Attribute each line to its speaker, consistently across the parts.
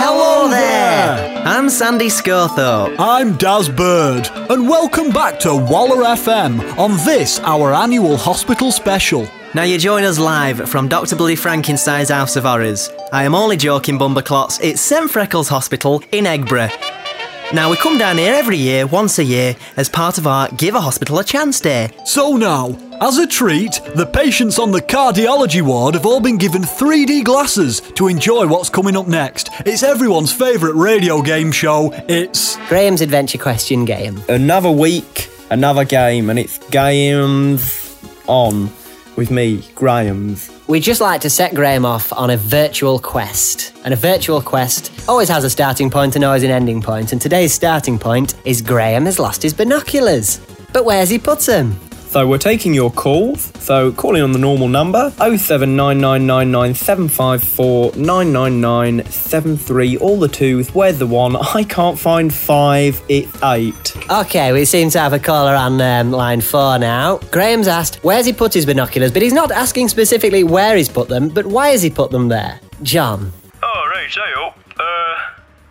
Speaker 1: Oh,
Speaker 2: I'm Sandy Scarthorpe.
Speaker 3: I'm Daz Bird, and welcome back to Waller FM on this, our annual hospital special.
Speaker 2: Now you join us live from Dr. Bloody Frankenstein's House of Horrors. I am only joking, Bumberclots. It's St Freckles Hospital in Egborough. Now we come down here every year, once a year, as part of our Give a Hospital a Chance Day.
Speaker 3: So Oh, now, as a treat, the patients on the cardiology ward have all been given 3D glasses to enjoy what's coming up next. It's everyone's favourite radio game show. It's.
Speaker 4: Graham's Adventure Question Game.
Speaker 5: another week, another game, and it's games on with me, Graham's.
Speaker 4: We'd just like to set Graham off on a virtual quest. And a virtual quest always has a starting point and always an ending point. And today's starting point is Graham has lost his binoculars. But where's he put them?
Speaker 5: So we're taking your calls. So calling on the normal number 079999754999973. All the twos. Where's the one? I can't find five. It's eight.
Speaker 4: Okay, we seem to have a caller on um, line four now. Graham's asked, where's he put his binoculars? But he's not asking specifically where he's put them, but why has he put them there? John.
Speaker 6: Oh, right, I up. Uh,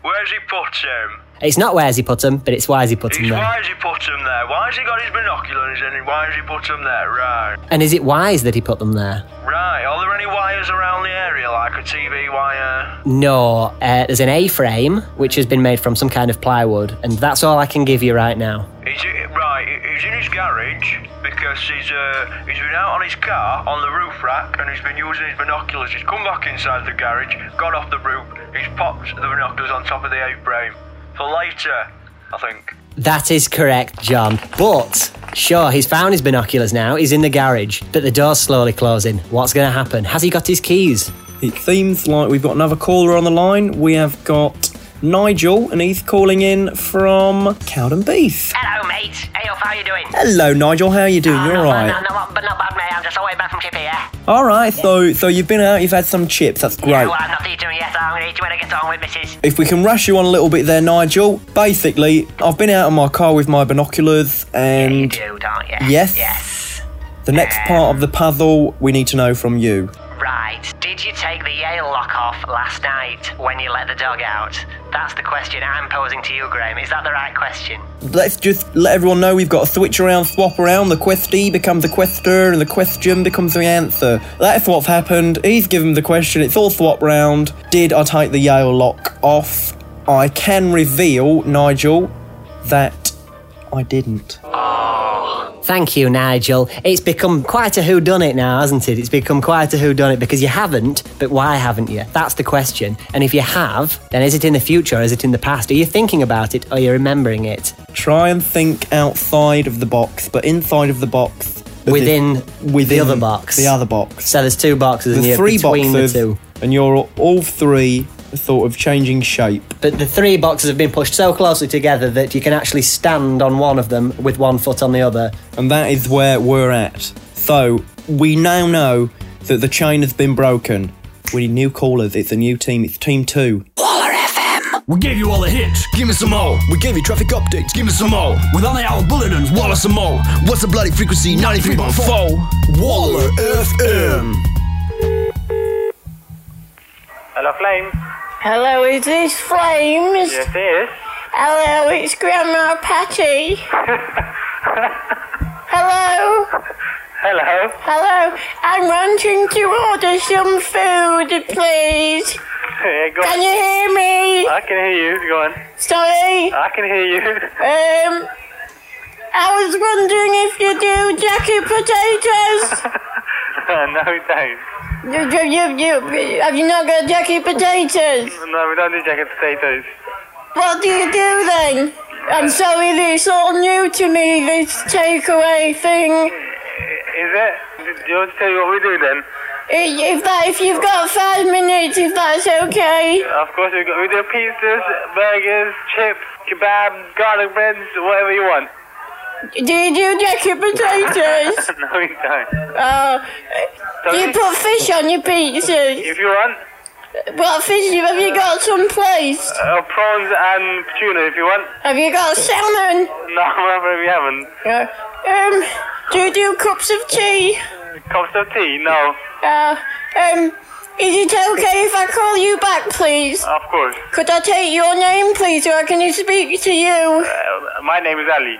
Speaker 6: where's he put him?
Speaker 4: It's not where's he put them, but it's why's he put them
Speaker 6: He's,
Speaker 4: there.
Speaker 6: why's he put him there? Why's he got his binoculars in and why's he put him there? Right.
Speaker 4: And is it wise that he put them there?
Speaker 6: Right. Are there any wires around the area, like a TV wire?
Speaker 4: No, uh, there's an A-frame which has been made from some kind of plywood, and that's all I can give you right now.
Speaker 6: He's in, right, he- he's in his garage because he's uh, he's been out on his car on the roof rack and he's been using his binoculars. He's come back inside the garage, got off the roof, he's popped the binoculars on top of the A-frame for later, I think.
Speaker 4: That is correct, John. But sure, he's found his binoculars now. He's in the garage, but the door's slowly closing. What's going to happen? Has he got his keys?
Speaker 5: It seems like we've got another caller on the line. We have got Nigel, and he's calling in from Cowden Beef.
Speaker 7: Hello, mate. Hey, how are you doing? Oh,
Speaker 5: Hello, Nigel. How are you doing? You're
Speaker 7: not,
Speaker 5: all right.
Speaker 7: Not, not, but not bad, mate. I'm just all the way back from Chippy, yeah?
Speaker 5: All right. So, so you've been out. You've had some chips. That's great.
Speaker 7: Well, I've not eaten yet, so I'm going to eat you when I get on with Mrs.
Speaker 5: if we can rush you on a little bit there, Nigel. Basically, I've been out in my car with my binoculars,
Speaker 7: You
Speaker 5: and
Speaker 7: do, don't you?
Speaker 5: Yes.
Speaker 7: Yes.
Speaker 5: the next part of the puzzle we need to know from you.
Speaker 7: Right. Did you take the Yale lock off last night when you let the dog out? That's the question I'm posing to you, Graham. Is that the right question?
Speaker 5: Let's just let everyone know we've got a switch around, swap around. The questee becomes the quester, and the question becomes the answer. That's what's happened. He's given the question. It's all swap round. Did I take the Yale lock off? I can reveal, Nigel, that I didn't.
Speaker 4: Thank you, Nigel. It's become quite a whodunit now, hasn't it? It's become quite a whodunit because you haven't, but why haven't you? That's the question. And if you have, then is it in the future or is it in the past? Are you thinking about it or are you remembering it?
Speaker 5: Try and think outside of the box, but inside of the box. as
Speaker 4: Within
Speaker 5: if-
Speaker 4: the other box.
Speaker 5: The other box.
Speaker 4: So there's two boxes and
Speaker 5: the
Speaker 4: you're
Speaker 5: three
Speaker 4: between
Speaker 5: boxes,
Speaker 4: the two.
Speaker 5: and you're all three sort of changing shape.
Speaker 4: But the three boxes have been pushed so closely together that you can actually stand on one of them with one foot on the other.
Speaker 5: And that is where we're at. So, we now know that the chain has been broken. We need new callers. It's a new team. It's team two.
Speaker 3: We gave you all the hits, give me some more. We gave you traffic updates, give me some more. With on the hour bulletins, Waller some more. What's the bloody frequency? 93.4 Waller FM.
Speaker 6: Hello, Flame.
Speaker 8: Hello, is this Flames?
Speaker 6: it is.
Speaker 8: Hello, it's Grandma Patty. Hello,
Speaker 6: Hello.
Speaker 8: hello. I'm wanting to order some food, please.
Speaker 6: Yeah, go
Speaker 8: Can you hear me?
Speaker 6: I can hear you. Go on.
Speaker 8: Sorry.
Speaker 6: I can hear you.
Speaker 8: Um, I was wondering if you do jacket potatoes.
Speaker 6: no, we don't.
Speaker 8: you, you, you, you, have you not got jacket potatoes?
Speaker 6: No, we don't do jacket potatoes.
Speaker 8: What do you do then? I'm sorry, this is all new to me, this takeaway thing.
Speaker 6: Is it? Do you want to tell you what we do then?
Speaker 8: I- If that, if you've got five minutes, if that's okay.
Speaker 6: Of course, we, got, we do pizzas, burgers, chips, kebab, garlic breads, whatever you want.
Speaker 8: Do you do jacket potatoes?
Speaker 6: No, we don't.
Speaker 8: Uh, do you put fish on your pizza?
Speaker 6: If you want,
Speaker 8: What fish have you got someplace?
Speaker 6: uh, prawns and tuna if you want.
Speaker 8: Have you got salmon?
Speaker 6: No, we haven't.
Speaker 8: Uh, um, do you do cups of tea?
Speaker 6: Cups of tea? No.
Speaker 8: Uh, um, Is it okay if I call you back, please?
Speaker 9: Of course.
Speaker 8: Could I take your name, please, or can you speak to you?
Speaker 9: Uh, my name is Ali.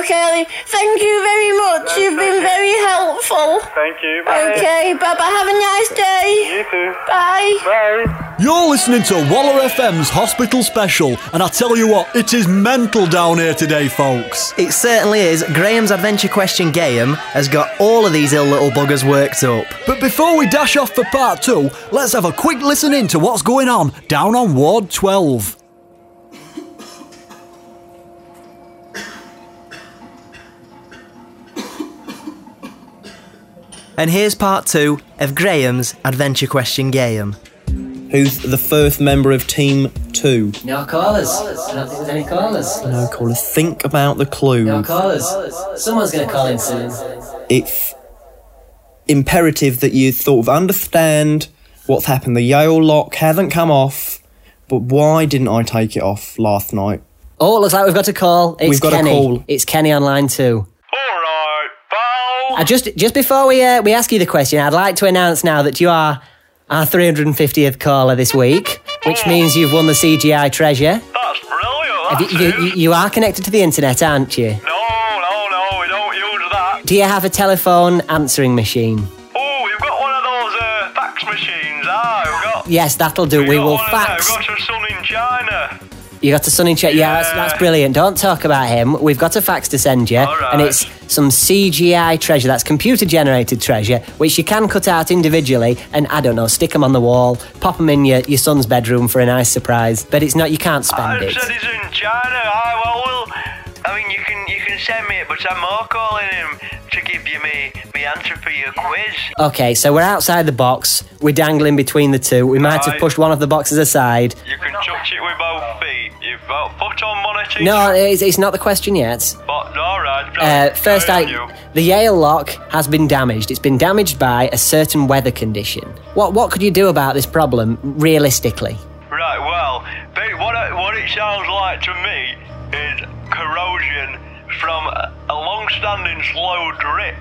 Speaker 8: Okay, thank you very much. You've been very helpful.
Speaker 9: Thank you. Bye.
Speaker 8: Okay, bye bye. Have a nice day.
Speaker 9: You too.
Speaker 8: Bye.
Speaker 9: Bye.
Speaker 3: You're listening to Waller FM's Hospital Special, and I tell you what, it is mental down here today, folks.
Speaker 2: It certainly is. Graham's adventure question game has got all of these ill little buggers worked up.
Speaker 3: But before we dash off for part two, let's have a quick listen in to what's going on down on Ward 12.
Speaker 2: And here's part two of Graham's adventure question game.
Speaker 5: Who's the first member of Team 2?
Speaker 4: No callers. I don't think there's any callers.
Speaker 5: No caller. Think about the clue.
Speaker 4: No callers. Someone's going to call in soon.
Speaker 1: Uh.
Speaker 5: it's imperative that you sort of understand what's happened. The Yale lock hasn't come off, but why didn't I take it off last night?
Speaker 4: Oh, it looks like we've got a call. It's
Speaker 5: We've got a
Speaker 4: Kenny.
Speaker 5: call.
Speaker 4: It's Kenny on line two.
Speaker 6: Alright, pal.
Speaker 4: I just just before we uh, we ask you the question, I'd like to announce now that you are our 350th caller this week, which means you've won the CGI treasure.
Speaker 6: That's brilliant.
Speaker 4: Have
Speaker 6: That's
Speaker 4: You, you, you-
Speaker 6: it.
Speaker 4: you are connected to the internet, aren't you?
Speaker 6: No, no, no, we don't use that.
Speaker 4: Do you have a telephone answering machine?
Speaker 6: Oh, you've got one of those uh, fax machines, ah, we've got.
Speaker 4: Yes, that'll do.
Speaker 6: we've
Speaker 4: We
Speaker 6: got
Speaker 4: will
Speaker 6: one of them.
Speaker 4: fax.
Speaker 6: We've got your son in China.
Speaker 4: You got a son in check. Yeah, that's,
Speaker 6: Yeah.
Speaker 4: that's brilliant. Don't talk about him. We've got a fax to send you,
Speaker 6: All right.
Speaker 4: and it's some CGI treasure. That's computer generated treasure, which you can cut out individually and I don't know, stick them on the wall, pop them in your, your son's bedroom for a nice surprise. But it's not. You can't
Speaker 6: I
Speaker 4: spend it.
Speaker 6: said he's in China. I well, well, I mean, you can you can send me it, but I'm more calling him to give you me me answer for your quiz.
Speaker 4: Okay, so we're outside the box. We're dangling between the two. We might have
Speaker 6: Right.
Speaker 4: pushed one of the boxes aside.
Speaker 6: You can touch it with both feet. You've got foot on one of
Speaker 4: No, it's, it's not the question yet.
Speaker 6: But all right.
Speaker 4: Uh,
Speaker 6: go
Speaker 4: first,
Speaker 6: on,
Speaker 4: I,
Speaker 6: you.
Speaker 4: the Yale lock has been damaged. It's been damaged by a certain weather condition. What what could you do about this problem realistically?
Speaker 6: Right. Well, ba- what it, what it sounds like to me is corrosion from a, a long-standing slow drip.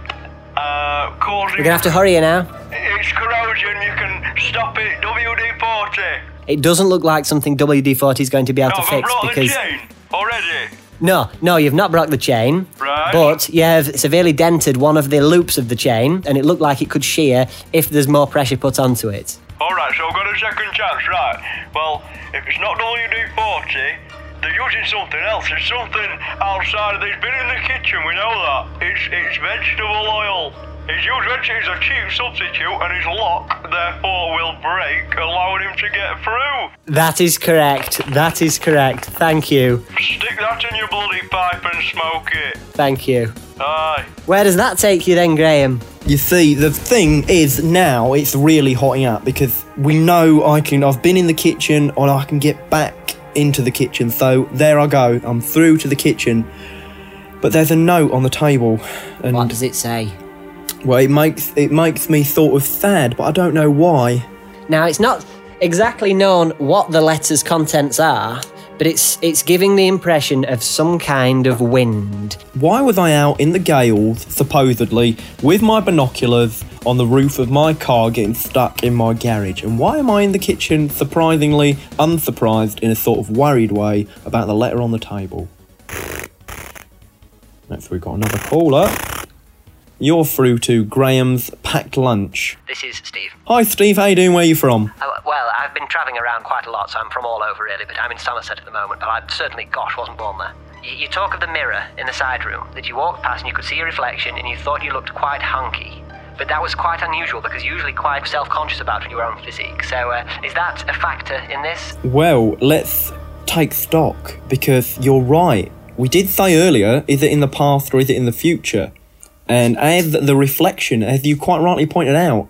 Speaker 6: Uh, causing
Speaker 4: We're gonna have to hurry you now.
Speaker 6: It's corrosion. You can stop it. WD-40.
Speaker 4: It doesn't look like something WD-40 is going to be able
Speaker 6: No,
Speaker 4: to
Speaker 6: I've
Speaker 4: fix
Speaker 6: brought
Speaker 4: because
Speaker 6: the chain already.
Speaker 4: no, no, you've not broke the chain,
Speaker 6: Right.
Speaker 4: but you have severely dented one of the loops of the chain, and it looked like it could shear if there's more pressure put onto it.
Speaker 6: All right, so I've got a second chance, right? Well, if it's not WD-40, they're using something else. It's something outside. They've been in the kitchen. We know that. It's it's vegetable oil. It's used veg- It's a cheap substitute, and his lock therefore will break, allowing him to get through.
Speaker 4: That is correct. That is correct. Thank you.
Speaker 6: Stick that in your bloody pipe and smoke it.
Speaker 4: Thank you.
Speaker 6: Aye.
Speaker 4: Where does that take you then, Graham?
Speaker 5: You see, the thing is now it's really hotting up because we know I can. I've been in the kitchen and I can get back into the kitchen. So there I go. I'm through to the kitchen. But there's a note on the table, and
Speaker 4: What does it say?
Speaker 5: well, it makes it makes me sort of sad, but I don't know why.
Speaker 4: Now it's not exactly known what the letter's contents are, but it's it's giving the impression of some kind of wind.
Speaker 5: Why was I out in the gales, supposedly, with my binoculars on the roof of my car getting stuck in my garage? And why am I in the kitchen, surprisingly unsurprised in a sort of worried way about the letter on the table? That's we've got another caller. You're through to Graham's packed lunch.
Speaker 7: This is Steve.
Speaker 5: Hi Steve, how you doing? Where you from?
Speaker 7: Oh, well, I've been travelling around quite a lot, so I'm from all over really, but I'm in Somerset at the moment, but I certainly, gosh, wasn't born there. You, you talk of the mirror in the side room that you walked past and you could see your reflection and you thought you looked quite hunky. But that was quite unusual because you're usually quite self conscious about your own physique. So, uh, is that a factor in this?
Speaker 5: Well, let's take stock because you're right. We did say earlier, is it in the past or is it in the future? And as the reflection, as you quite rightly pointed out,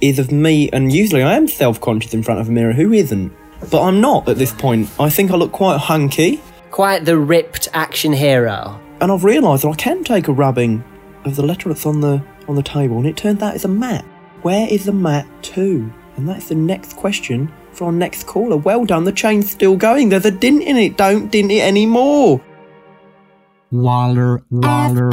Speaker 5: is of me, and usually I am self conscious in front of a mirror, who isn't? But I'm not at this point. I think I look quite hunky,
Speaker 4: Quite the ripped action hero.
Speaker 5: and I've realised that I can take a rubbing of the letter that's on the on the table, and it turns out it's a mat. Where is the mat to? And that's the next question for our next caller. Well done, the chain's still going. There's a dint in it. Don't dint it anymore.
Speaker 3: Waller, Waller.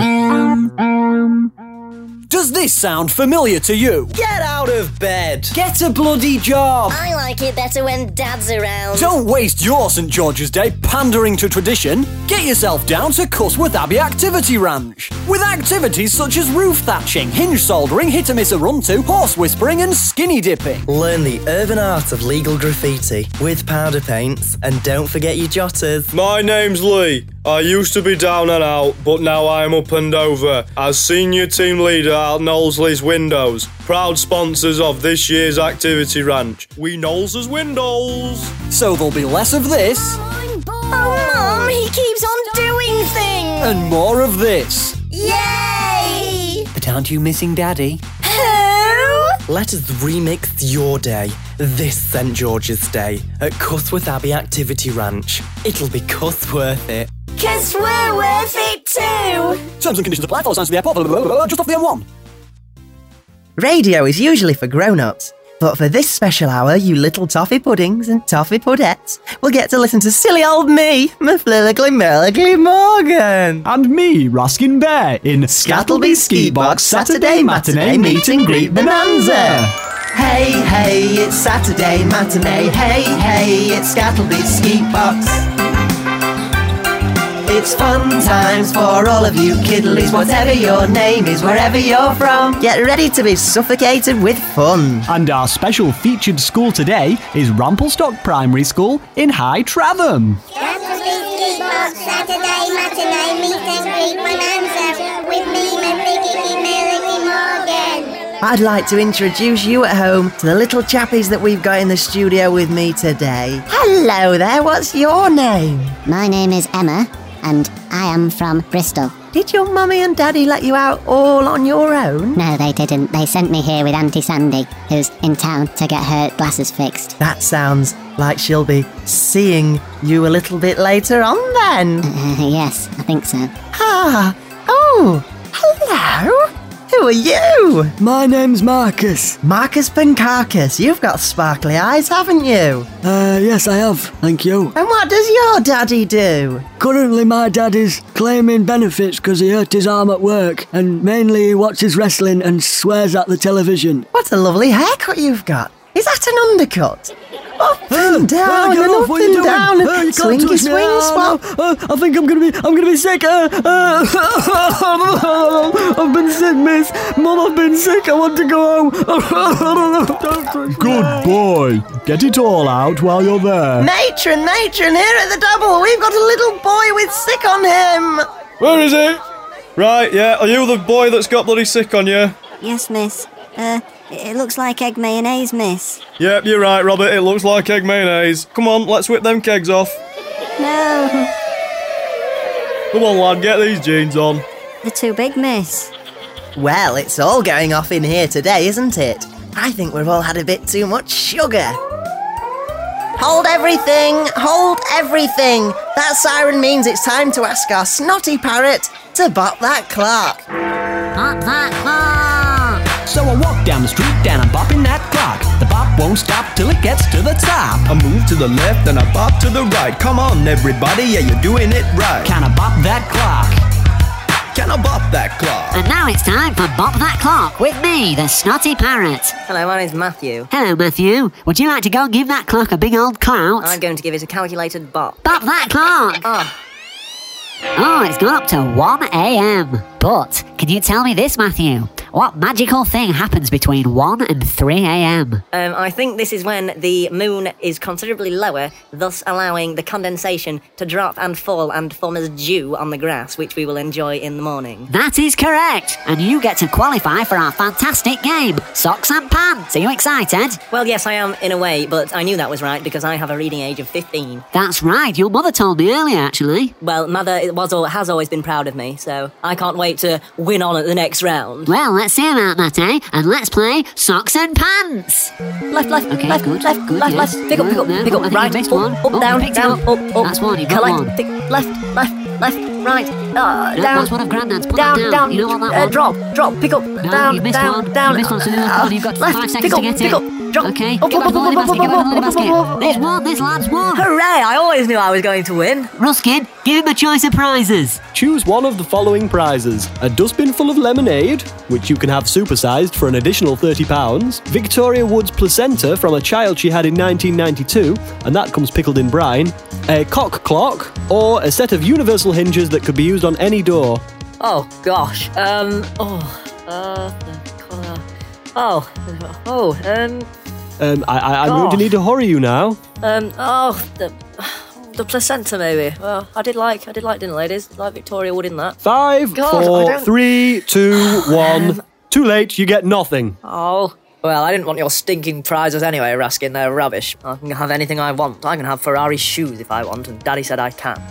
Speaker 3: Does this sound familiar to you?
Speaker 2: Get out of bed!
Speaker 3: Get a bloody job!
Speaker 10: I like it better when Dad's around.
Speaker 3: Don't waste your St George's Day pandering to tradition. Get yourself down to Cusworth Abbey Activity Ranch. With activities such as roof thatching, hinge soldering, hit a miss a run to, horse whispering, and skinny dipping.
Speaker 2: Learn the urban art of legal graffiti with powder paints and don't forget your jotters.
Speaker 11: My name's Lee. I used to be down and out, but now I am up and over as senior team leader at Knowlesley's Windows, proud sponsors of this year's activity ranch. We Knowles' Windows.
Speaker 3: So there'll be less of this
Speaker 10: Oh, Mum, he keeps on doing things.
Speaker 3: and more of this.
Speaker 10: Yay!
Speaker 4: But aren't you missing Daddy?
Speaker 10: Who?
Speaker 2: Let us remix your day this St George's Day at Cusworth Abbey Activity Ranch. It'll be cuss worth it.
Speaker 10: Cause we're worth it too.
Speaker 3: Terms and conditions apply. Follow signs to the airport. Blah, blah, blah, blah, just off the M1.
Speaker 12: Radio is usually for grown ups, but for this special hour, you little toffee puddings and toffee pudettes will get to listen to silly old me, Maflilically Merlically Morgan.
Speaker 1: And me, Raskin Bear, in Scattleby Ski Box Saturday Matinee Meet and Greet Bonanza.
Speaker 12: Hey, hey, it's Saturday matinee. Hey, hey, it's Scattleby Ski Box. It's fun times for all of you kiddlies, whatever your name is, wherever you're from. Get ready to be suffocated with fun.
Speaker 1: And our special featured school today is Ramplestock Primary School in High Travern.
Speaker 10: Saturday matinee meet and greet bonanza with me, Melody Melody Morgan.
Speaker 12: I'd like to introduce you at home to the little chappies that we've got in the studio with me today. Hello there, what's your name?
Speaker 10: My name is Emma, and I am from Bristol.
Speaker 12: Did your mummy and daddy let you out all on your own?
Speaker 10: No, they didn't. They sent me here with Auntie Sandy, who's in town to get her glasses fixed.
Speaker 12: That sounds like she'll be seeing you a little bit later on then.
Speaker 10: Uh, yes, I think so.
Speaker 12: Ah, oh, hello. Who are you?
Speaker 13: My name's Marcus.
Speaker 12: Marcus Pankakis, you've got sparkly eyes, haven't you?
Speaker 13: Uh, yes, I have. Thank you.
Speaker 12: And what does your daddy do?
Speaker 13: Currently, my dad is claiming benefits because he hurt his arm at work, and mainly he watches wrestling and swears at the television.
Speaker 12: What a lovely haircut you've got. Is that an undercut? Up and down,
Speaker 13: get
Speaker 12: and
Speaker 13: off,
Speaker 12: up
Speaker 13: what are you
Speaker 12: and
Speaker 13: doing?
Speaker 12: down, and
Speaker 13: Uh, you can't
Speaker 12: swingy
Speaker 13: touch me.
Speaker 12: swing
Speaker 13: Ah,
Speaker 12: swap.
Speaker 13: no. Uh, I think I'm gonna be, I'm gonna be sick. Uh, uh, I've been sick, miss. Mum, I've been sick. I want to go home. Don't touch me.
Speaker 1: Good boy. Get it all out while you're there.
Speaker 12: Matron, matron, here at the double, we've got a little boy with sick on him.
Speaker 11: Where is it? Right, yeah. Are you the boy that's got bloody sick on you?
Speaker 10: Yes, miss. Uh, it looks like egg mayonnaise, miss.
Speaker 11: Yep, you're right, Robert. It looks like egg mayonnaise. Come on, let's whip them kegs off.
Speaker 10: No,
Speaker 11: Come on, lad, get these jeans on.
Speaker 10: they're too big, miss.
Speaker 12: Well, it's all going off in here today, isn't it? I think we've all had a bit too much sugar. Hold everything, hold everything. That siren means it's time to ask our snotty parrot to bop that clock.
Speaker 10: Pop that clock!
Speaker 1: So I walk down the street and I'm bopping that clock. The bop won't stop till it gets to the top.
Speaker 6: I move to the left and I bob to the right. Come on, everybody, yeah, you're doing it right.
Speaker 1: Can I bop that clock?
Speaker 6: Can I bop that clock?
Speaker 10: And now it's time for Bop That Clock with me, the Snotty Parrot.
Speaker 14: Hello, my name's Matthew.
Speaker 10: Hello, Matthew. Would you like to go and give that clock a big old clout?
Speaker 14: I'm going to give it a calculated bop.
Speaker 10: Bop that clock!
Speaker 14: Ah,
Speaker 10: Oh, it's gone up to 1 a.m. But can you tell me this, Matthew? What magical thing happens between 1 and 3 a.m.?
Speaker 14: um, I think this is when the moon is considerably lower, thus allowing the condensation to drop and fall and form as dew on the grass, which we will enjoy in the morning.
Speaker 10: That is correct! And you get to qualify for our fantastic game, Socks and Pants. Are you excited?
Speaker 14: Well, yes, I am in a way, but I knew that was right because I have a reading age of 15.
Speaker 10: That's right, your mother told me earlier, actually.
Speaker 14: Well, mother it was or has always been proud of me, so I can't wait to win on at the next round.
Speaker 10: Well, let's see about that, eh? And let's play Socks and Pants!
Speaker 14: Left, left,
Speaker 10: Okay,
Speaker 14: left,
Speaker 10: good,
Speaker 14: left,
Speaker 10: good,
Speaker 14: left,
Speaker 10: yes.
Speaker 14: left. Pick up, pick up,
Speaker 10: No,
Speaker 14: pick
Speaker 10: I
Speaker 14: up.
Speaker 10: think you
Speaker 14: Right,
Speaker 10: missed
Speaker 14: up,
Speaker 10: one.
Speaker 14: up,
Speaker 10: Oh, you
Speaker 14: down,
Speaker 10: picked it
Speaker 14: down,
Speaker 10: up.
Speaker 14: up, up.
Speaker 10: That's one, you've got
Speaker 14: Collect,
Speaker 10: one.
Speaker 14: Pick, left, left, left, right. Uh,
Speaker 10: No,
Speaker 14: down.
Speaker 10: that's one of Grandad's. Put
Speaker 14: down,
Speaker 10: that down.
Speaker 14: down.
Speaker 10: You don't want that
Speaker 14: uh,
Speaker 10: one.
Speaker 14: Drop, drop. Pick up,
Speaker 10: No,
Speaker 14: down,
Speaker 10: you've missed
Speaker 14: down,
Speaker 10: one.
Speaker 14: down.
Speaker 10: You've missed one, so you've got-
Speaker 14: uh,
Speaker 10: you've got
Speaker 14: left,
Speaker 10: five seconds
Speaker 14: pick
Speaker 10: to
Speaker 14: up,
Speaker 10: get
Speaker 14: pick
Speaker 10: it.
Speaker 14: up.
Speaker 15: Drop.
Speaker 10: Okay. Get back in the lily basket. Get back in the lily basket. There's one. There's lads one.
Speaker 15: Hooray! I always knew I was going to win.
Speaker 10: Ruskin, give him a choice of prizes.
Speaker 16: Choose one of the following prizes a dustbin full of lemonade, which you can have supersized for an additional £30, Victoria Wood's placenta from a child she had in 1992, and that comes pickled in brine, a cock clock, or a set of universal hinges that could be used on any door.
Speaker 15: Oh gosh. Um. Oh. Uh. the colour. Oh. Oh. Um.
Speaker 16: Um, I, I, I really
Speaker 15: Gosh.
Speaker 16: need to hurry you now.
Speaker 15: Um. Oh. The. The placenta, maybe. Well, I did like, I did like dinner ladies. Like Victoria Wood in that.
Speaker 16: Five,
Speaker 15: God, I
Speaker 16: four,
Speaker 15: don't- Um,
Speaker 16: three, two, one. Too late, you get nothing.
Speaker 15: Oh. Well, I didn't want your stinking prizes anyway, Raskin. They're rubbish. I can have anything I want. I can have Ferrari shoes if I want, and Daddy said I can.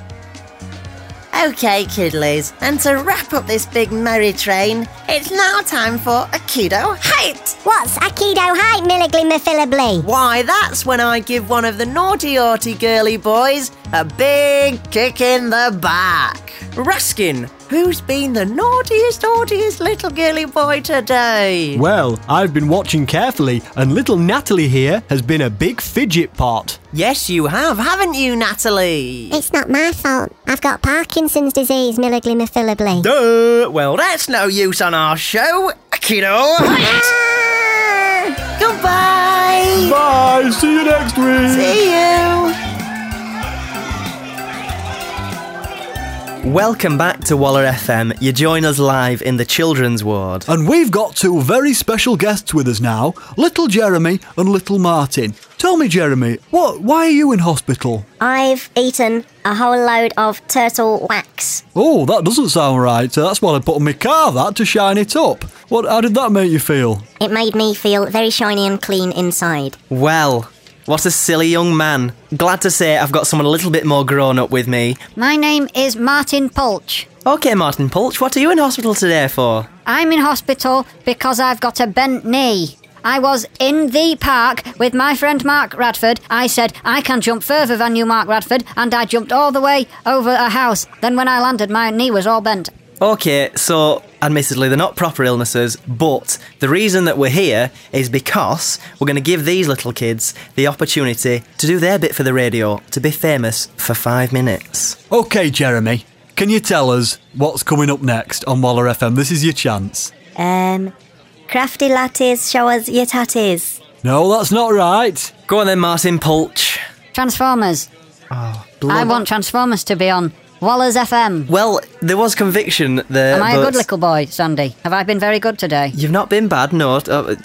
Speaker 12: Okay, kiddlies, and to wrap up this big merry train, it's now time for Aikido Height! What's Aikido Height, Milliglimmerfillibly? Why, that's when I give one of the naughty, naughty girly boys a big kick in the back. Ruskin, who's been the naughtiest, naughtiest little girly boy today?
Speaker 16: Well, I've been watching carefully, and little Natalie here has been a big fidget pot.
Speaker 12: Yes, you have, haven't you, Natalie?
Speaker 17: It's not my fault. I've got Parkinson's disease, milliglimmerfillibly.
Speaker 5: Duh! Well, that's no use on our show. Aikido Height!
Speaker 12: Ah! Goodbye!
Speaker 16: Bye! See you next week!
Speaker 12: See you!
Speaker 5: Welcome back to Waller FM. You join us live in the children's ward.
Speaker 3: And we've got two very special guests with us now, little Jeremy and little Martin. Tell me, Jeremy, what? Why are you in hospital?
Speaker 17: I've eaten a whole load of turtle wax.
Speaker 3: Oh, that doesn't sound right. So that's what I put on my car, that to shine it up. What? How did that make you feel?
Speaker 17: It made me feel very shiny and clean inside.
Speaker 5: Well, what a silly young man. Glad to say I've got someone a little bit more grown up with me.
Speaker 18: My name is Martin Pulch.
Speaker 5: Okay, Martin Pulch, what are you in hospital today for?
Speaker 18: I'm in hospital because I've got a bent knee. I was in the park with my friend Mark Radford. I said, I can jump further than you, Mark Radford, and I jumped all the way over a house. Then when I landed, my knee was all bent.
Speaker 5: Okay, so admittedly, they're not proper illnesses, but the reason that we're here is because we're going to give these little kids the opportunity to do their bit for the radio, to be famous for five minutes.
Speaker 3: Okay, Jeremy, can you tell us what's coming up next on Waller FM? This is your chance.
Speaker 17: Um, crafty lattes, showers, your tatties.
Speaker 3: No, that's not right.
Speaker 5: Go on then, Martin Pulch.
Speaker 18: Transformers.
Speaker 5: Oh,
Speaker 18: I want Transformers to be on Waller's FM.
Speaker 5: Well, there was conviction there.
Speaker 18: Am I a
Speaker 5: but
Speaker 18: good little boy, Sandy? Have I been very good today?
Speaker 5: You've not been bad, no. uh,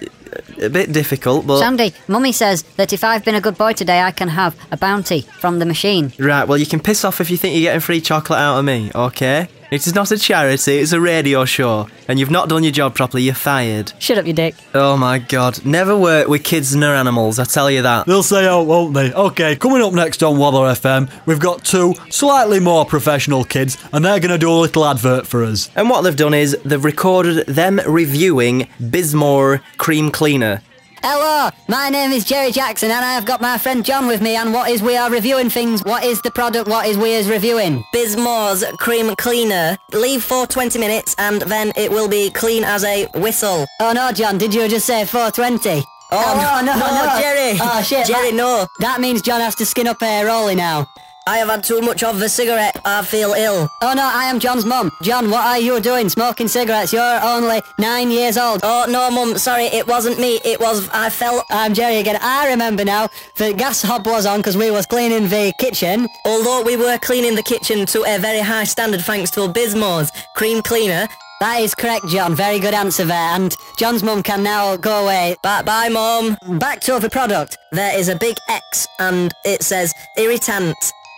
Speaker 5: A bit difficult, but.
Speaker 18: Sandy, Mummy says that if I've been a good boy today, I can have a bounty from the machine.
Speaker 5: Right, well, you can piss off if you think you're getting free chocolate out of me, okay? It is not a charity, it's a radio show. And you've not done your job properly, you're fired.
Speaker 18: Shut up, you dick.
Speaker 5: Oh my god, never work with kids nor animals, I tell you that.
Speaker 3: They'll say, oh, won't they? Okay, coming up next on Waller FM, we've got two slightly more professional kids, and they're going to do a little advert for us.
Speaker 5: And what they've done is they've recorded them reviewing Bismore Cream Cleaner.
Speaker 15: Hello, my name is Jerry Jackson, and I have got my friend John with me. And what is we are reviewing things? What is the product? What is we is reviewing? Bismore's cream cleaner. Leave for 20 minutes, and then it will be clean as a whistle. Oh no, John! Did you just say 420?
Speaker 19: Oh,
Speaker 15: Oh, no,
Speaker 19: no, no.
Speaker 15: Jerry!
Speaker 19: Oh, shit,
Speaker 15: Jerry!
Speaker 19: that-
Speaker 15: no, that means John has to skin up a rolly now. I have had too much of the cigarette. I feel ill.
Speaker 19: Oh no, I am John's mum. John, what are you doing smoking cigarettes? You're only nine years old.
Speaker 15: Oh no, mum, sorry, it wasn't me. It was I fell.
Speaker 19: I'm Jerry again. I remember now. The gas hob was on because we was cleaning the kitchen.
Speaker 15: Although we were cleaning the kitchen to a very high standard thanks to Bismore's cream cleaner.
Speaker 19: That is correct, John. Very good answer there. And John's mum can now go away.
Speaker 15: Bye bye, Mum. Back to the product. There is a big X and it says irritant.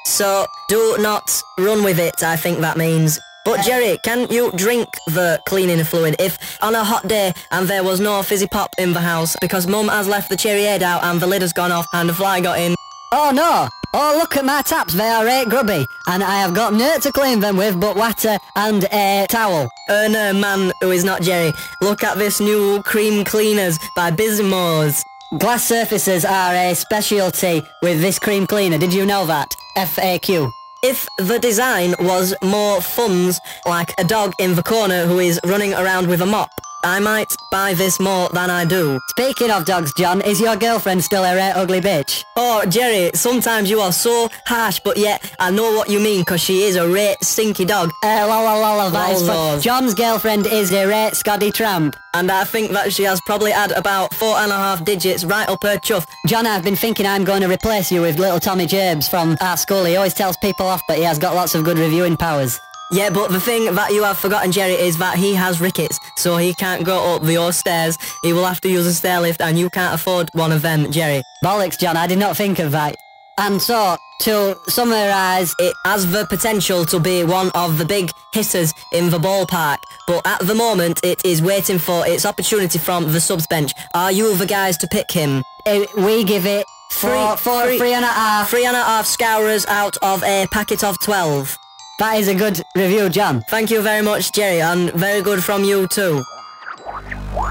Speaker 15: So do not run with it, I think that means. But Jerry, can you drink the cleaning fluid if on a hot day and there was no fizzy pop in the house because Mum has left the cherry aid out and the lid has gone off and the fly got in?
Speaker 19: Oh no! Oh look at my taps, they are right grubby, and I have got no to clean them with but water and a towel.
Speaker 15: Uh, no, man who is not Jerry. Look at this new cream cleaners by Bismore's.
Speaker 19: Glass surfaces are a specialty with this cream cleaner, did you know that? FAQ.
Speaker 15: If the design was more funds, like a dog in the corner who is running around with a mop, I might buy this more than I do.
Speaker 18: Speaking of dogs, John, is your girlfriend still a rare ugly bitch?
Speaker 15: Oh, Jerry, sometimes you are so harsh, but yet I know what you mean because she is a rare stinky dog.
Speaker 18: Uh, la la la la, that is
Speaker 15: Lol,
Speaker 18: fu-
Speaker 15: lol.
Speaker 18: John's girlfriend is a rare Scotty tramp.
Speaker 15: And I think that she has probably had about four and a half digits right up her chuff.
Speaker 18: John, I've been thinking I'm going to replace you with little Tommy James from our school. He always tells people off, but he has got lots of good reviewing powers.
Speaker 15: Yeah, but the thing that you have forgotten, Jerry, is that he has rickets, so he can't go up your stairs. He will have to use a stair lift, and you can't afford one of them, Jerry.
Speaker 18: Bollocks, John, I did not think of that. And so, to summarise,
Speaker 15: it has the potential to be one of the big hitters in the ballpark, but at the moment it is waiting for its opportunity from the subs bench. Are you the guys to pick him?
Speaker 18: Uh, we give it four- four- three and a half.
Speaker 15: Three and a half scourers out of a packet of 12.
Speaker 18: That is a good review, John.
Speaker 15: Thank you very much, Jerry, and very good from you too.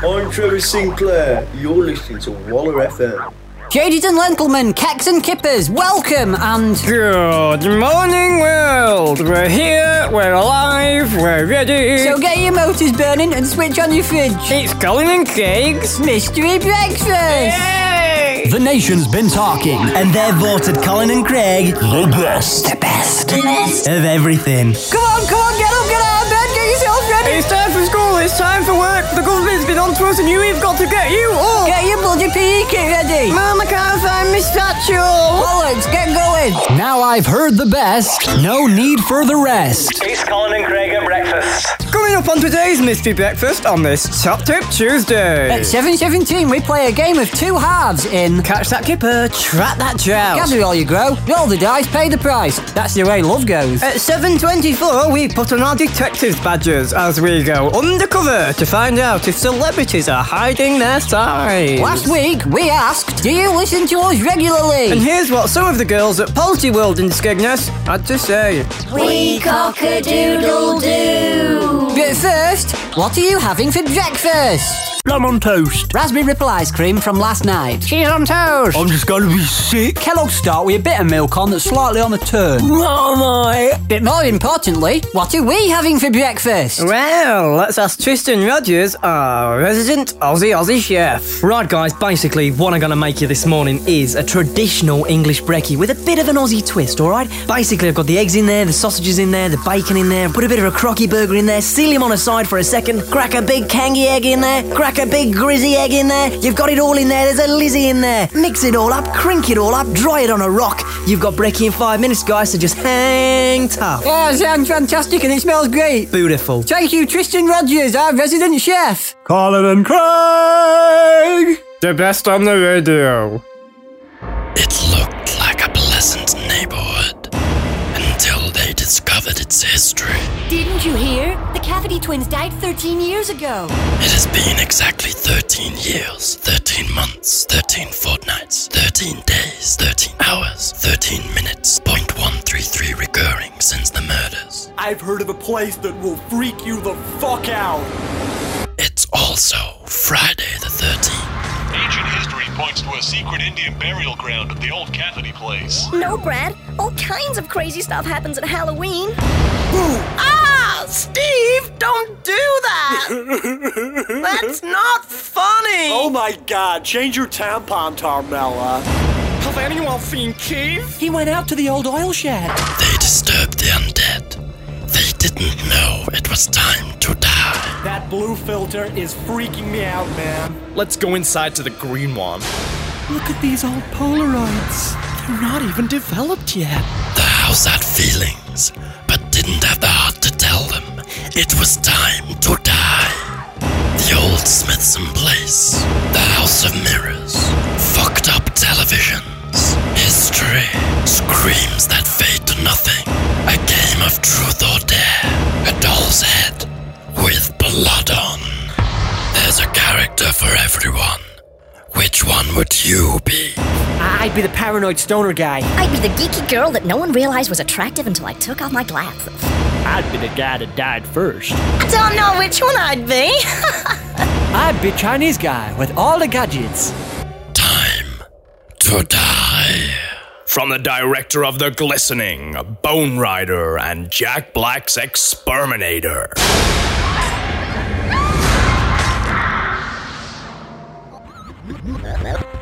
Speaker 20: I'm Trevor Sinclair. You're listening to Waller FM.
Speaker 18: Jaded and Lentlemen, Kecks and Kippers, welcome and.
Speaker 21: Good morning, world! We're here, we're alive, we're ready!
Speaker 18: So get your motors burning and switch on your fridge.
Speaker 21: It's Colin and Cakes
Speaker 18: Mystery Breakfast!
Speaker 21: Yay!
Speaker 22: The nation's been talking, and they've voted Colin and Craig the best. The best. The best. Of everything.
Speaker 21: Come on, come on, get up, get out of bed, get yourself ready! It's time for school, it's time for work. The government's been on to us and you, we've got to get you all!
Speaker 18: Get your bloody PE kit ready!
Speaker 21: Mum, I can't find my statue! Bollocks,
Speaker 18: get going!
Speaker 3: Now I've heard the best, no need for the rest.
Speaker 21: It's Colin and Craig at breakfast. Coming up on today's Mystery Breakfast on this Top Tip Tuesday.
Speaker 18: At 7.17, we play a game of two halves in...
Speaker 21: Catch that kipper, trap that trout.
Speaker 18: Gather all you grow, roll the dice, pay the price. That's the way love goes.
Speaker 21: At 7.24, we put on our detectives badges as we go undercover to find out if celebrities are hiding their sides.
Speaker 18: Last week, we asked, do you listen to us regularly?
Speaker 21: And here's what some of the girls at Poultry World in Skegness had to say.
Speaker 18: We cock-a-doodle-doo. But first, what are you having for breakfast? Plum on toast. Raspberry ripple ice cream from last night. Cheese on toast.
Speaker 21: I'm just going to be sick.
Speaker 3: Kellogg's start with a bit of milk on that's slightly on the turn.
Speaker 18: But more importantly, what are we having for breakfast?
Speaker 21: Well, let's ask Tristan Rogers, our resident Aussie Aussie chef.
Speaker 12: Right, guys, basically, what I'm going to make you this morning is a traditional English brekkie with a bit of an Aussie twist, all right? Basically, I've got the eggs in there, the sausages in there, the bacon in there, put a bit of a crocky burger in there, seal him on a side for a second, crack a big kangy egg in there, crack a big grizzy egg in there, you've got it all in there, there's a Lizzie in there. Mix it all up, crink it all up, dry it on a rock. You've got brekkie in five minutes, guys, so just hang tough.
Speaker 18: Yeah, sounds fantastic and it smells great.
Speaker 12: Beautiful.
Speaker 18: Thank you, Tristan Rogers, our resident chef.
Speaker 21: Colin and Craig! The best on the radio.
Speaker 23: It looked like a pleasant neighborhood until they discovered its history.
Speaker 24: Didn't you hear? The Cavity twins died 13 years ago.
Speaker 23: It has been exactly 13 years, 13 months, 13 fortnights, 13 days, 13 hours, 13 minutes, 0.133 recurring since the murders.
Speaker 25: I've heard of a place that will freak you the fuck out.
Speaker 23: It's also Friday the 13th.
Speaker 26: Ancient history points to a secret Indian burial ground at the old Cavity place.
Speaker 24: No, Brad. All kinds of crazy stuff happens at Halloween. ah, Steve, don't do that. That's not funny.
Speaker 25: Oh my god, change your tampon, Tarmella.
Speaker 21: Have anyone seen Keith?
Speaker 3: He went out to the old oil shed.
Speaker 23: They disturbed the undead. They didn't know it was time to die.
Speaker 25: That blue filter is freaking me out, man.
Speaker 5: Let's go inside to the green one.
Speaker 3: Look at these old Polaroids. They're not even developed yet.
Speaker 23: The house had feelings, but didn't have the heart to tell them it was time to die. The old Smithson place, the house of mirrors, fucked up televisions, history, screams that fade to nothing, a game of truth or dare, a doll's head with blood on. There's a character for everyone. Which one would you be?
Speaker 27: I'd be the paranoid stoner guy.
Speaker 24: I'd be the geeky girl that no one realized was attractive until I took off my glasses.
Speaker 28: I'd be the guy that died first.
Speaker 24: I don't know which one I'd be.
Speaker 28: I'd be Chinese guy with all the gadgets.
Speaker 23: To die.
Speaker 5: From the director of The Glistening, Bone Rider, and Jack Black's Exterminator.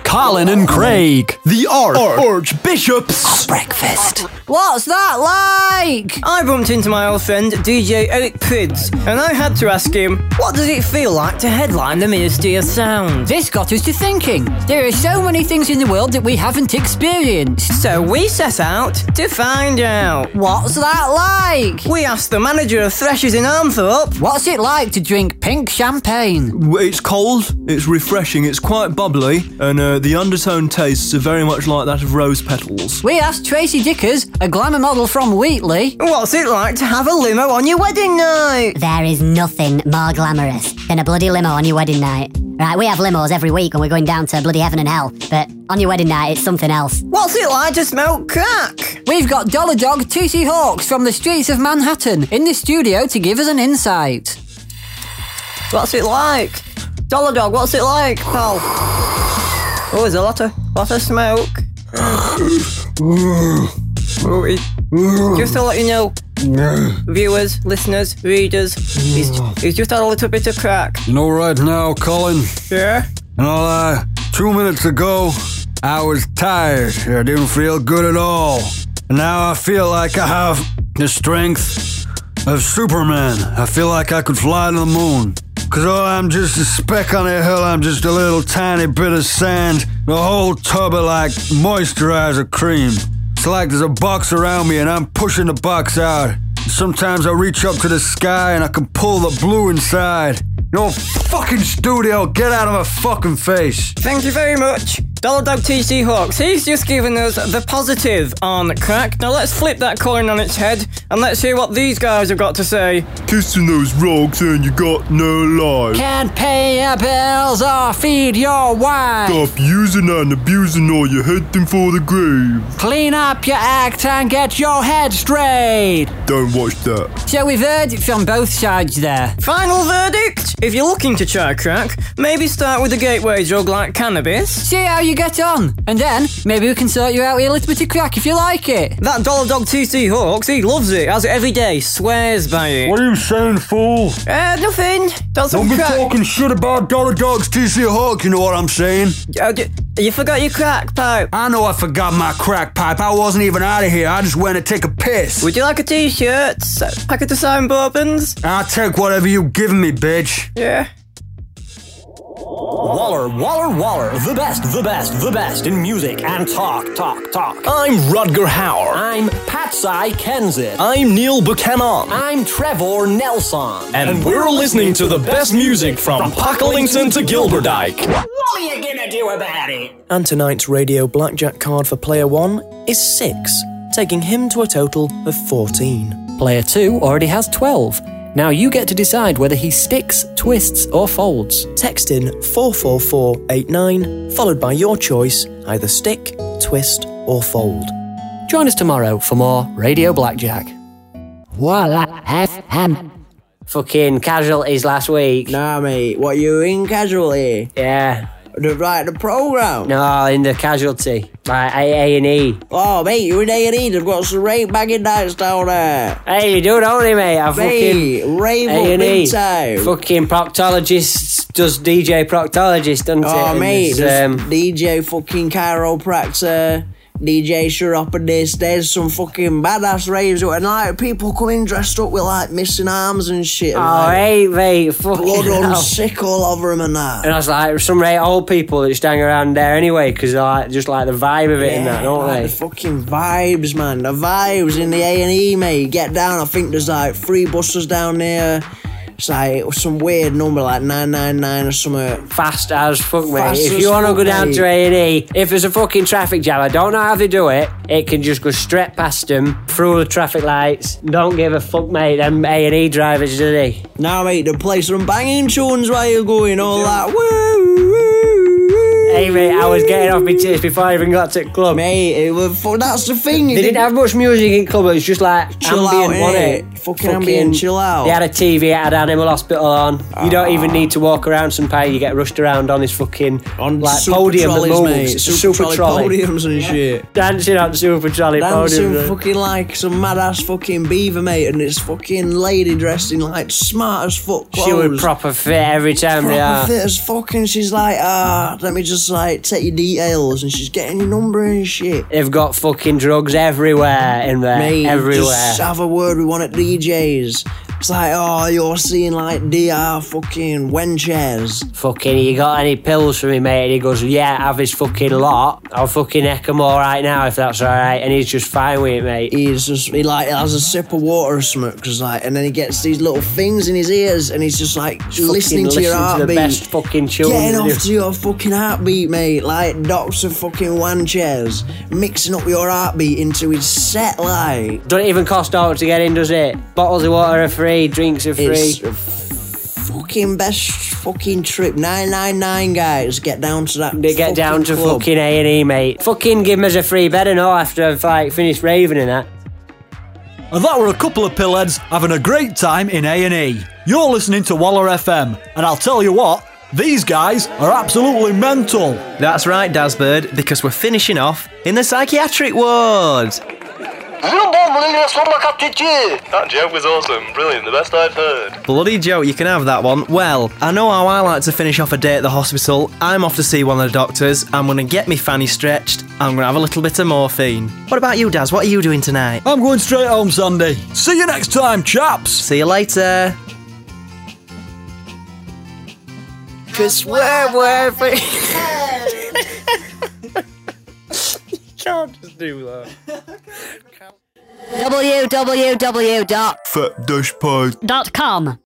Speaker 29: Colin and Craig, the
Speaker 21: Arch-
Speaker 29: Archbishops.
Speaker 21: Breakfast. What's that like? I bumped into my old friend DJ Eric Prids, and I had to ask him, what does it feel like to headline the Ministry of Sound?
Speaker 30: This got us to thinking. There are so many things in the world that we haven't experienced.
Speaker 21: So we set out to find out.
Speaker 30: What's that like?
Speaker 21: We asked the manager of Threshers in Armthorpe.
Speaker 30: What's it like to drink pink champagne?
Speaker 31: It's cold, it's refreshing, it's quite bubbly, and uh, the undertone tastes are very much like that of rose petals.
Speaker 30: We asked Tracy Dickers, a glamour model from Wheatley.
Speaker 21: What's it like to have a limo on your wedding night?
Speaker 10: There is nothing more glamorous than a bloody limo on your wedding night. Right, we have limos every week and we're going down to bloody heaven and hell, but on your wedding night, it's something else.
Speaker 21: What's it like to smell crack?
Speaker 30: We've got Dollar Dog TC Hawks from the streets of Manhattan in the studio to give us an insight.
Speaker 21: What's it like? Dollar Dog, what's it like, pal? Oh, there's a lot of lot of smoke. Oh, it- just to let you know, viewers, listeners, readers, he's, he's just had a little bit of crack.
Speaker 32: You know, right now, Colin.
Speaker 21: Yeah?
Speaker 32: You know, uh, two minutes ago, I was tired. I didn't feel good at all. And now I feel like I have the strength of Superman. I feel like I could fly to the moon. Cause oh, I'm just a speck on a hill. I'm just a little tiny bit of sand. The whole tub of like moisturizer cream. It's like there's a box around me and I'm pushing the box out. Sometimes I reach up to the sky and I can pull the blue inside. No fucking studio, get out of my fucking face.
Speaker 21: Thank you very much. Dollar Dog TC Hawks, he's just given us the positive on crack. Now let's flip that coin on its head and let's hear what these guys have got to say.
Speaker 33: Kissing those rocks and you got
Speaker 21: Oh,
Speaker 33: no life.
Speaker 30: Can't pay your bills or feed your wife.
Speaker 33: Stop using and abusing or you're heading for the grave.
Speaker 30: Clean up your act and get your head straight.
Speaker 33: Don't watch that.
Speaker 30: So we've heard it from both sides there.
Speaker 21: Final verdict? If you're looking to try crack, maybe start with a gateway drug like cannabis.
Speaker 30: See how you get on, and then maybe we can sort you out with a little bit of crack if you like it.
Speaker 21: That dollar dog TC Hawks, he loves it, has it every day, swears by it.
Speaker 32: What are you saying, fool?
Speaker 21: Uh, nothing. That's
Speaker 32: Don't
Speaker 21: some
Speaker 32: be
Speaker 21: crack.
Speaker 32: talking shit about Dollar Dog's TC Hawk, you know what I'm saying?
Speaker 21: Uh, d- you forgot your crack pipe.
Speaker 32: I know I forgot my crack pipe. I wasn't even out of here. I just went to take a piss.
Speaker 21: Would you like a t-shirt? S- Packet of sign bourbons?
Speaker 32: I'll take whatever you give me, bitch.
Speaker 21: Yeah.
Speaker 3: Waller, Waller, Waller, the best, the best, the best in music and talk, talk, talk. I'm Rudger Hauer. I'm Patsy Kensett. I'm Neil Buchanan. I'm Trevor Nelson.
Speaker 34: And, we're listening to the best music from Pocklington to Gilberdike.
Speaker 3: What are you gonna do about it?
Speaker 5: And tonight's radio blackjack card for player one is six, taking him to a total of 14.
Speaker 4: Player 2 already has 12. Now you get to decide whether he sticks, twists, or folds.
Speaker 5: Text in 44489, followed by your choice either stick, twist, or fold.
Speaker 4: Join us tomorrow for more Radio Blackjack.
Speaker 1: Voila FM. Fucking casualties last week.
Speaker 13: Nah, mate. What you in casualty?
Speaker 1: Yeah.
Speaker 13: The right, the program.
Speaker 1: No, in the casualty. Like A and E.
Speaker 13: Oh, mate, you in A and E? They've got some rave banging nights down there.
Speaker 1: Hey, you do, don't you, mate? I
Speaker 13: Mate,
Speaker 1: fucking
Speaker 13: rave up
Speaker 1: A&E.
Speaker 13: big time.
Speaker 1: Fucking proctologist does DJ proctologist, doesn't it?
Speaker 13: Oh,
Speaker 1: And um,
Speaker 13: mate,
Speaker 1: there's,
Speaker 13: there's DJ fucking chiropractor, DJ chiropodist. There's some fucking badass raves, and like people coming dressed up with like missing arms and shit.
Speaker 1: Oh,
Speaker 13: like,
Speaker 1: hey, mate, fucking
Speaker 13: blood on
Speaker 1: hell.
Speaker 13: sick all over him and that.
Speaker 1: And I was like, some rare old people that just hang around there anyway, because they like, just like the vibe of it and that, don't
Speaker 13: like
Speaker 1: they?
Speaker 13: The fucking vibes, man. The vibes in the A and E, mate. Get down. I think there's like three buses down there. It's like some weird number, like nine nine nine or something.
Speaker 1: Fast as fuck, mate.
Speaker 13: Fast
Speaker 1: if
Speaker 13: as
Speaker 1: you want to
Speaker 13: fuck,
Speaker 1: go down
Speaker 13: mate.
Speaker 1: to A and E, if there's a fucking traffic jam, I don't know how they do it. It can just go straight past them through the traffic lights. Don't give a fuck, mate. Them A and E drivers, do they?
Speaker 13: Now, mate, they play some banging tunes while you're going. All that woo.
Speaker 1: Hey, mate, I was getting off my tits before I even got to the club.
Speaker 13: Mate, it was, that's the thing.
Speaker 1: They didn't have much music in club. It was just like
Speaker 13: Chill
Speaker 1: ambient,
Speaker 13: out,
Speaker 1: wasn't
Speaker 13: innit?
Speaker 1: it?
Speaker 13: Fucking ambient, chill out.
Speaker 1: They had a TV, it had Animal Hospital on. You don't even need to walk around some pay, you get rushed around on this fucking like
Speaker 13: super
Speaker 1: podium that
Speaker 13: trolleys,
Speaker 1: moves.
Speaker 13: mate.
Speaker 1: It's a
Speaker 13: Super,
Speaker 1: super
Speaker 13: trolley,
Speaker 1: trolley.
Speaker 13: podiums and shit.
Speaker 1: Dancing on super trolley
Speaker 13: Dancing
Speaker 1: podiums.
Speaker 13: fucking like some mad ass fucking beaver mate, and this fucking lady dressed in like smart as fuck clothes.
Speaker 1: She would proper fit every time
Speaker 13: Proper
Speaker 1: they are.
Speaker 13: fit as fucking. She's like, ah, let me just like take your details, and she's getting your number and shit.
Speaker 1: They've got fucking drugs everywhere in there.
Speaker 13: Mate,
Speaker 1: everywhere.
Speaker 13: just have a word with one at DJs. It's like, oh, you're seeing like DR fucking wenches.
Speaker 1: Fucking, you got any pills for me, mate? And he goes, Yeah, have his fucking lot. I'll fucking heck 'em all right now if that's alright. And he's just fine with it, mate.
Speaker 13: He's just, he like has a sip of water or something, cause like, and then he gets these little things in his ears, and he's just like listening to
Speaker 1: listen
Speaker 13: your
Speaker 1: to
Speaker 13: heartbeat.
Speaker 1: the best fucking tunes.
Speaker 13: Getting off to your fucking heartbeat, mate. Like Doctor fucking Wanchers mixing up your heartbeat into his set, like.
Speaker 1: Don't even cost out to get in, does it? Bottles of water are free, drinks are free.
Speaker 13: It's a fucking best fucking trip. 999 guys, get down to that.
Speaker 1: They get down to
Speaker 13: club.
Speaker 1: fucking A and E, mate. Fucking give 'em us a free bed and all after I've like finished raving and that.
Speaker 3: And that were a couple of pillheads having a great time in A&E. You're listening to Waller FM, and I'll tell you what, these guys are absolutely mental.
Speaker 5: That's right, Dazbird, because we're finishing off in the psychiatric ward.
Speaker 24: You don't believe that's what my cup did you? That joke was awesome, brilliant, the best I've heard.
Speaker 5: Bloody joke, you can have that one. Well, I know how I like to finish off a day at the hospital. I'm off to see one of the doctors. I'm gonna get me fanny stretched. I'm gonna have a little bit of morphine. What about you, Daz? What are you doing tonight?
Speaker 3: I'm going straight home, Sandy. See you next time, chaps.
Speaker 5: See you later.
Speaker 24: Cause we're worthy.
Speaker 1: Can't just do that.
Speaker 24: www.
Speaker 8: Dot com.